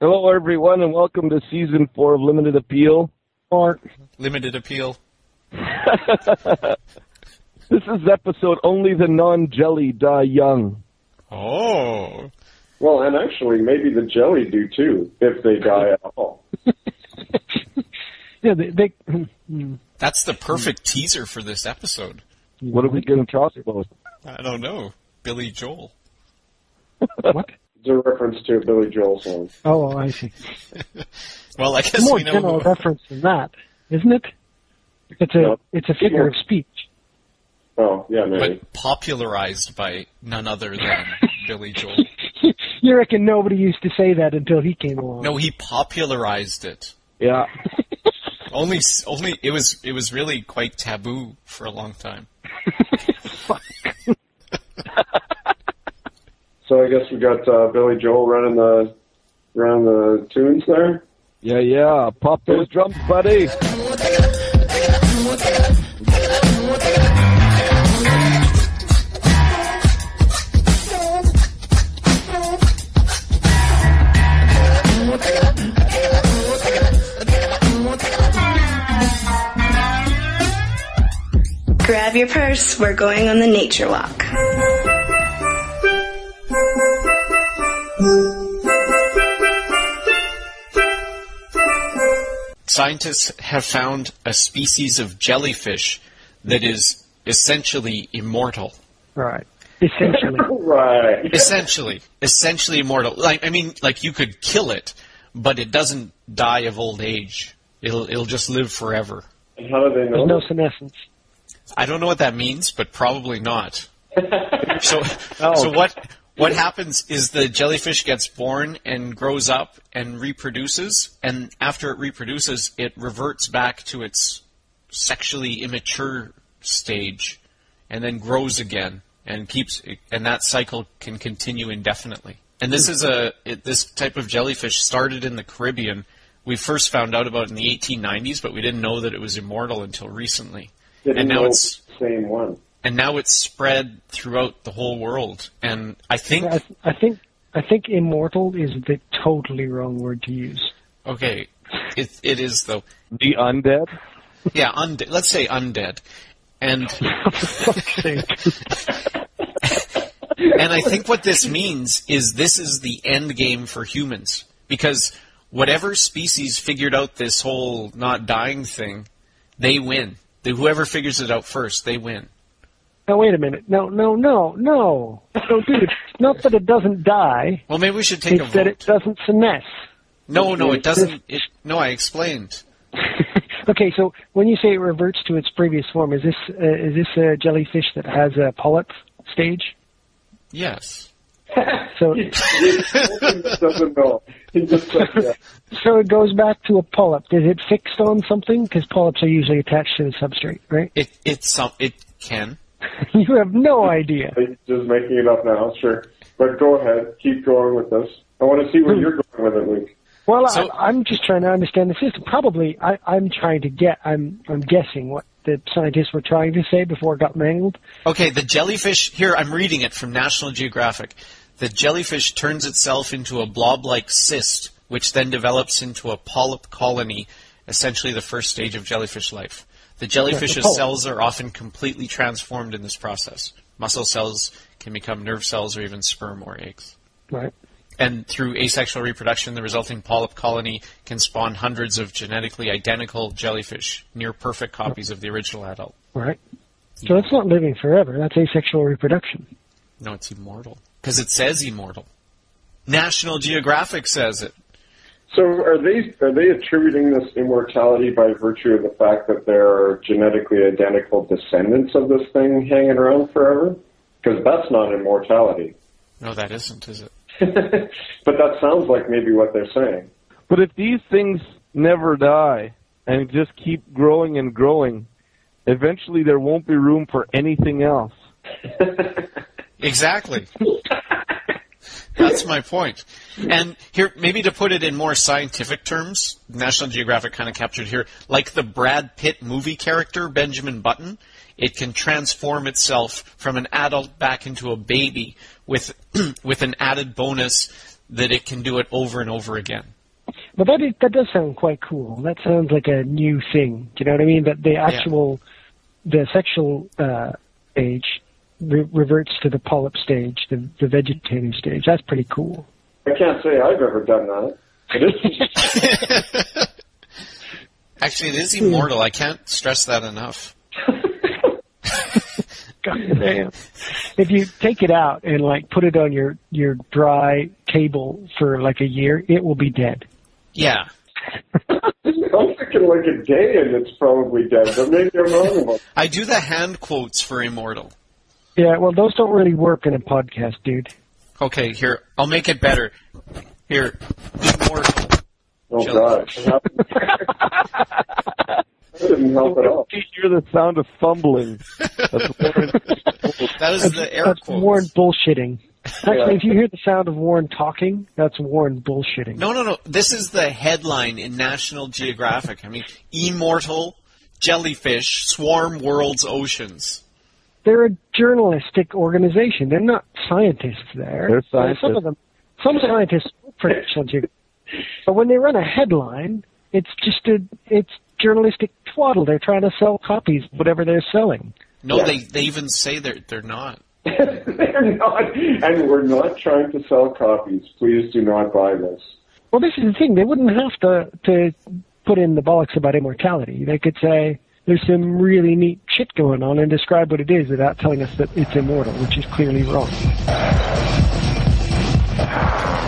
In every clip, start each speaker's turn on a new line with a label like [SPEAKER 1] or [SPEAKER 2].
[SPEAKER 1] Hello, everyone, and welcome to season four of Limited Appeal. Mark.
[SPEAKER 2] Limited appeal.
[SPEAKER 1] This is episode Only the Non Jelly Die Young.
[SPEAKER 2] Oh.
[SPEAKER 3] Well, and actually, maybe the jelly do too, if they die at all.
[SPEAKER 4] Yeah, they, they hmm.
[SPEAKER 2] That's the perfect teaser for this episode.
[SPEAKER 1] What are we going to talk about?
[SPEAKER 2] I don't know. Billy Joel.
[SPEAKER 4] what?
[SPEAKER 3] It's a reference to a Billy Joel song.
[SPEAKER 4] Oh, I see.
[SPEAKER 2] Well, I guess
[SPEAKER 4] More
[SPEAKER 2] we know
[SPEAKER 4] general
[SPEAKER 2] who,
[SPEAKER 4] reference than that, isn't it? It's a
[SPEAKER 3] No.
[SPEAKER 4] it's a figure of speech.
[SPEAKER 3] Oh, yeah, maybe.
[SPEAKER 2] but popularized by none other than Billy Joel.
[SPEAKER 4] you reckon nobody used to say that until he came along?
[SPEAKER 2] No, he popularized it.
[SPEAKER 1] Yeah.
[SPEAKER 2] Only, s- only it was it was really quite taboo for a long time.
[SPEAKER 3] So I guess we got uh, Billy Joel running the running the tunes there.
[SPEAKER 1] Yeah, yeah. Pop those drums, buddy.
[SPEAKER 5] Grab your purse, we're going on the nature walk.
[SPEAKER 2] Scientists have found a species of jellyfish that is essentially immortal.
[SPEAKER 4] Right. Essentially.
[SPEAKER 3] Right.
[SPEAKER 2] essentially essentially immortal like i mean like you could kill it but it doesn't die of old age it'll it'll just live forever
[SPEAKER 3] And how do they know?
[SPEAKER 4] There's no senescence.
[SPEAKER 2] i don't know what that means but probably not so
[SPEAKER 3] Oh,
[SPEAKER 2] so what what happens is the jellyfish gets born and grows up and reproduces and after it reproduces it reverts back to its sexually immature stage and then grows again and keeps and that cycle can continue indefinitely and this is a it, this type of jellyfish started in the caribbean we first found out about it in the 1890s but we didn't know that it was immortal until recently
[SPEAKER 3] Didn't
[SPEAKER 2] and now
[SPEAKER 3] know
[SPEAKER 2] it's
[SPEAKER 3] the same one.
[SPEAKER 2] and now it's spread throughout the whole world. And I think
[SPEAKER 4] I, I think I think immortal is the totally wrong word to use.
[SPEAKER 2] okay, it it is though.
[SPEAKER 1] The undead.
[SPEAKER 2] Yeah, undead. Let's say undead, and and I think what this means is this is the end game for humans because whatever species figured out this whole not dying thing, they win. The, whoever figures it out first, they win.
[SPEAKER 4] Now wait a minute. No, no, no, no. No, dude. It's not that it doesn't die.
[SPEAKER 2] Well, maybe we should take a
[SPEAKER 4] it's that it
[SPEAKER 2] vote.
[SPEAKER 4] doesn't senesce.
[SPEAKER 2] No, no, it doesn't. It, no, I explained.
[SPEAKER 4] Okay, so when you say it reverts to its previous form, is this uh, is this a jellyfish that has a polyp stage?
[SPEAKER 2] Yes.
[SPEAKER 4] So
[SPEAKER 3] He just doesn't know. He just said, yeah.
[SPEAKER 4] so it goes back to a polyp. Is it fixed on something? Because polyps are usually attached to the substrate, right?
[SPEAKER 2] It it's some it can.
[SPEAKER 4] You have no idea.
[SPEAKER 3] He's just making it up now. Sure, but go ahead. Keep going with this. I want to see where you're going with it, Luke.
[SPEAKER 4] Well,
[SPEAKER 2] So-
[SPEAKER 4] I, I'm just trying to understand the system. Probably, I, I'm trying to get. I'm I'm guessing what the scientists were trying to say before it got mangled.
[SPEAKER 2] Okay, the jellyfish here I'm reading it from National Geographic. The jellyfish turns itself into a blob-like cyst which then develops into a polyp colony, essentially the first stage of jellyfish life. The
[SPEAKER 4] the
[SPEAKER 2] jellyfish's
[SPEAKER 4] polyp.
[SPEAKER 2] cells are often completely transformed in this process. Muscle cells can become nerve cells or even sperm or eggs.
[SPEAKER 4] Right.
[SPEAKER 2] And through asexual reproduction, the resulting polyp colony can spawn hundreds of genetically identical jellyfish, near perfect copies of the original adult.
[SPEAKER 4] Right. So that's not living forever. That's asexual reproduction.
[SPEAKER 2] No, it's immortal. Because it says immortal. National Geographic says it.
[SPEAKER 3] So are they are they attributing this immortality by virtue of the fact that there are genetically identical descendants of this thing hanging around forever? Because that's not immortality.
[SPEAKER 2] No, that isn't, is it?
[SPEAKER 3] but that sounds like maybe what they're saying.
[SPEAKER 1] But if these things never die and just keep growing and growing, eventually there won't be room for anything else.
[SPEAKER 2] Exactly. That's my point. And here, maybe to put it in more scientific terms, National Geographic kind of captured here, like the Brad Pitt movie character, Benjamin Button, it can transform itself from an adult back into a baby with, with an added bonus that it can do it over and over again.
[SPEAKER 4] But that is, that does sound quite cool. That sounds like a new thing. Do you know what I mean? That the actual the sexual uh, age re- reverts to the polyp stage, the, the vegetative stage. That's pretty cool.
[SPEAKER 3] I can't say I've ever done that. It is
[SPEAKER 2] Actually, it is immortal. I can't stress that enough.
[SPEAKER 4] God damn. If you take it out and like put it on your your dry table for like a year, it will be dead.
[SPEAKER 2] Yeah.
[SPEAKER 3] I'm thinking like a day and it's probably dead, but maybe I'm wrong about
[SPEAKER 2] I do the hand quotes for immortal.
[SPEAKER 4] Yeah, well, those don't really work in a podcast, dude.
[SPEAKER 2] Okay, here. I'll make it better. Here. Immortal.
[SPEAKER 3] Oh
[SPEAKER 2] Jellyfish.
[SPEAKER 3] gosh. that didn't help at all.
[SPEAKER 1] You hear the sound of fumbling. That's Warren.
[SPEAKER 2] That is the air
[SPEAKER 4] that's
[SPEAKER 2] quotes.
[SPEAKER 4] Warren bullshitting. Actually,
[SPEAKER 3] Yeah.
[SPEAKER 4] if you hear the sound of Warren talking, that's Warren bullshitting.
[SPEAKER 2] No, no, no. This is the headline in National Geographic. I mean, immortal jellyfish swarm world's oceans.
[SPEAKER 4] They're a journalistic organization. They're not scientists there.
[SPEAKER 1] They're
[SPEAKER 4] Well, Some
[SPEAKER 1] scientists.
[SPEAKER 4] of them, some scientists predict something, but when they run a headline, it's just a it's journalistic twaddle. They're trying to sell copies, of whatever they're selling.
[SPEAKER 2] No,
[SPEAKER 3] Yeah.
[SPEAKER 2] they, they even say they're they're not.
[SPEAKER 3] They're not, and we're not trying to sell copies. Please do not buy this.
[SPEAKER 4] Well, this is the thing. They wouldn't have to to put in the bollocks about immortality. They could say there's some really neat shit going on and describe what it is without telling us that it's immortal, which is clearly wrong.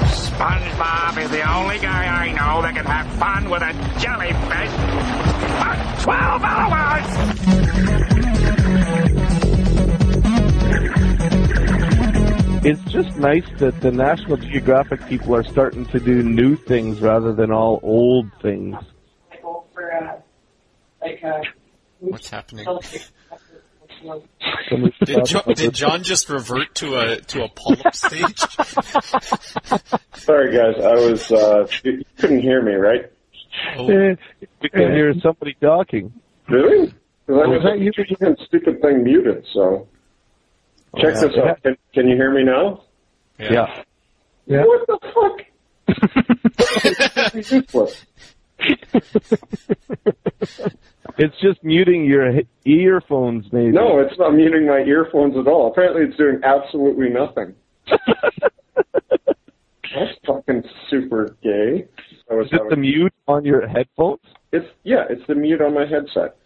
[SPEAKER 6] SpongeBob is the only guy I know that can have fun with a jellyfish for 12 hours!
[SPEAKER 1] It's just nice that the National Geographic people are starting to do new things rather than all old things.
[SPEAKER 7] I go for uh, like a.
[SPEAKER 2] What's happening?
[SPEAKER 1] Some of the
[SPEAKER 2] Did,
[SPEAKER 1] stuff
[SPEAKER 2] jo- did John just revert to a to a polyp stage?
[SPEAKER 3] Sorry guys, I was uh you you couldn't hear me, right?
[SPEAKER 2] Oh,
[SPEAKER 4] Uh,
[SPEAKER 1] we can hear somebody talking.
[SPEAKER 3] Really? 'Cause I
[SPEAKER 4] Was that you?
[SPEAKER 3] was keeping that stupid thing muted, so check
[SPEAKER 1] Oh, Yeah.
[SPEAKER 3] this out. Can, can you hear me now?
[SPEAKER 1] Yeah.
[SPEAKER 4] Yeah.
[SPEAKER 3] What the fuck? This is useless.
[SPEAKER 1] It's just muting your he- earphones, maybe.
[SPEAKER 3] No, it's not muting my earphones at all. Apparently, it's doing absolutely nothing. That's fucking super gay. I was
[SPEAKER 1] Is it the
[SPEAKER 3] having-
[SPEAKER 1] mute on your headphones?
[SPEAKER 3] it's yeah, it's the mute on my headset.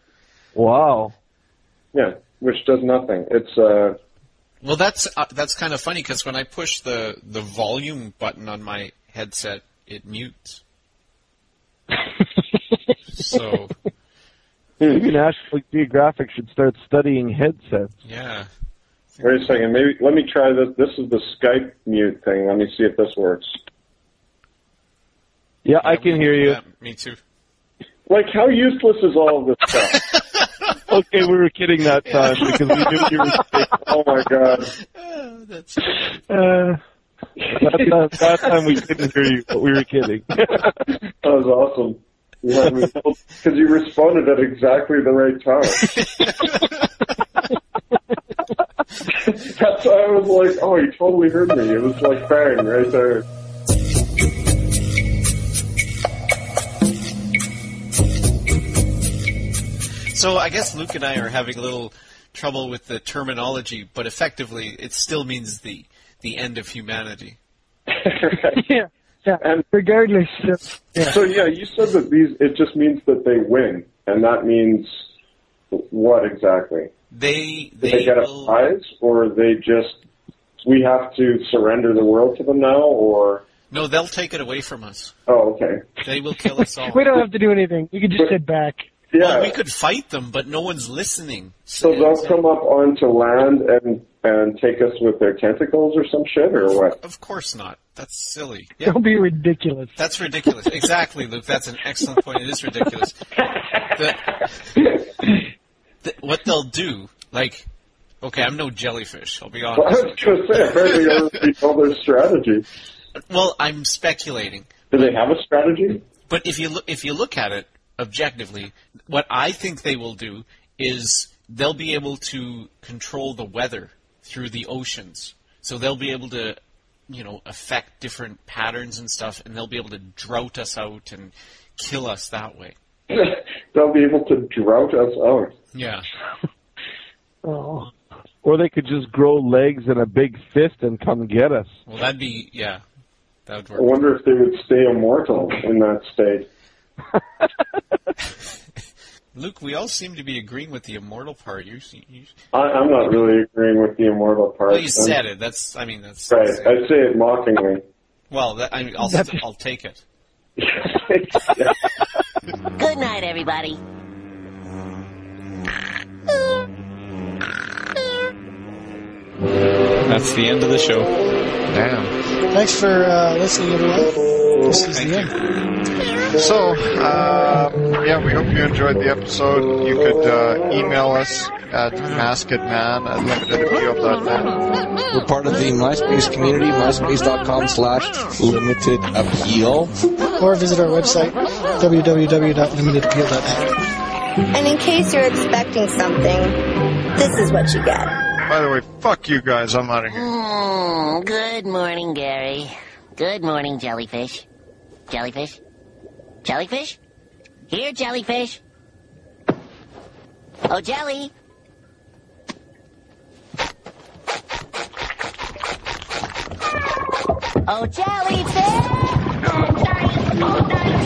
[SPEAKER 1] Wow.
[SPEAKER 3] Yeah, which does nothing. It's uh,
[SPEAKER 2] Well, that's uh, that's kind of funny because when I push the the volume button on my headset, it mutes. so
[SPEAKER 1] Maybe National Geographic should start studying headsets.
[SPEAKER 2] yeah,
[SPEAKER 3] wait a second. Maybe let me try this. This is the Skype mute thing. Let me see if this works.
[SPEAKER 1] Yeah, I
[SPEAKER 2] Yeah,
[SPEAKER 1] can
[SPEAKER 2] we-
[SPEAKER 1] hear you.
[SPEAKER 2] yeah, me too.
[SPEAKER 3] Like, how useless is all of this stuff?
[SPEAKER 1] Okay, we were kidding that time because we knew you were.
[SPEAKER 3] oh my god.
[SPEAKER 2] Oh, that's
[SPEAKER 4] uh,
[SPEAKER 1] That time, that time we couldn't hear you, but we were kidding.
[SPEAKER 3] That was awesome. Because you responded at exactly the right time. That's why I was like, oh, you totally heard me. It was like bang right there.
[SPEAKER 2] So I guess Luke and I are having a little trouble with the terminology, but effectively, it still means the the end of humanity.
[SPEAKER 4] yeah, yeah.
[SPEAKER 3] And-
[SPEAKER 4] regardless, of, yeah.
[SPEAKER 3] so yeah, you said that these. It just means that they win, and that means what exactly?
[SPEAKER 2] They
[SPEAKER 3] Did
[SPEAKER 2] they,
[SPEAKER 3] they, get a
[SPEAKER 2] will-
[SPEAKER 3] prize, or they just we have to surrender the world to them now? Or
[SPEAKER 2] no, they'll take it away from us.
[SPEAKER 3] oh, okay,
[SPEAKER 2] They will kill us all.
[SPEAKER 4] we don't have to do anything. We can just sit back.
[SPEAKER 3] yeah.
[SPEAKER 2] Well, we could fight them, but no one's listening.
[SPEAKER 3] so they'll come up onto land and and take us with their tentacles or some shit, or what?
[SPEAKER 2] Of course not. That's silly. Yeah,
[SPEAKER 4] Don't be ridiculous.
[SPEAKER 2] that's ridiculous. Exactly, Luke. That's an excellent point. It is ridiculous. The- the- what they'll do, like, okay, I'm no jellyfish. I'll be
[SPEAKER 3] Well, I
[SPEAKER 2] honest.
[SPEAKER 3] was going to say, apparently they already know their strategy.
[SPEAKER 2] Well, I'm speculating.
[SPEAKER 3] Do they have a strategy?
[SPEAKER 2] But if you look, if you look at it objectively, what I think they will do is they'll be able to control the weather through the oceans. So they'll be able to you know affect different patterns and stuff, and they'll be able to drought us out and kill us that way.
[SPEAKER 3] They'll be able to drought us out.
[SPEAKER 2] Yeah.
[SPEAKER 4] Oh,
[SPEAKER 1] Or they could just grow legs and a big fist and come get us.
[SPEAKER 2] Well, that'd be yeah. That would
[SPEAKER 3] I
[SPEAKER 2] work.
[SPEAKER 3] wonder if they would stay immortal in that state.
[SPEAKER 2] Luke, we all seem to be agreeing with the immortal part. You, you
[SPEAKER 3] I, I'm not really agreeing with the immortal part.
[SPEAKER 2] well, you
[SPEAKER 3] I'm-
[SPEAKER 2] said it. That's I mean that's
[SPEAKER 3] Right. I say it mockingly.
[SPEAKER 2] well. That, I, I'll I'll take it.
[SPEAKER 8] Good night, everybody.
[SPEAKER 9] That's the end of the show.
[SPEAKER 10] Damn.
[SPEAKER 11] Thanks for uh, listening, everyone. This is
[SPEAKER 2] Thank
[SPEAKER 11] the
[SPEAKER 2] you.
[SPEAKER 11] end.
[SPEAKER 10] So, um, yeah, we hope you enjoyed the
[SPEAKER 3] Oh,
[SPEAKER 10] episode. You could uh, email us at maskedman at limitedappeal.net.
[SPEAKER 8] We're
[SPEAKER 9] We're part of the MySpace community, myspace.com slash limited appeal.
[SPEAKER 11] Or visit our website, www.limitedappeal.net.
[SPEAKER 5] And in case you're expecting something, this is what you get.
[SPEAKER 10] By the way, fuck you guys. I'm out of here.
[SPEAKER 8] Mm, good morning, Gary. Good morning, jellyfish. Jellyfish? Jellyfish? Here, jellyfish. Oh, jelly. Oh, jellyfish! Oh, jelly. Oh, jelly.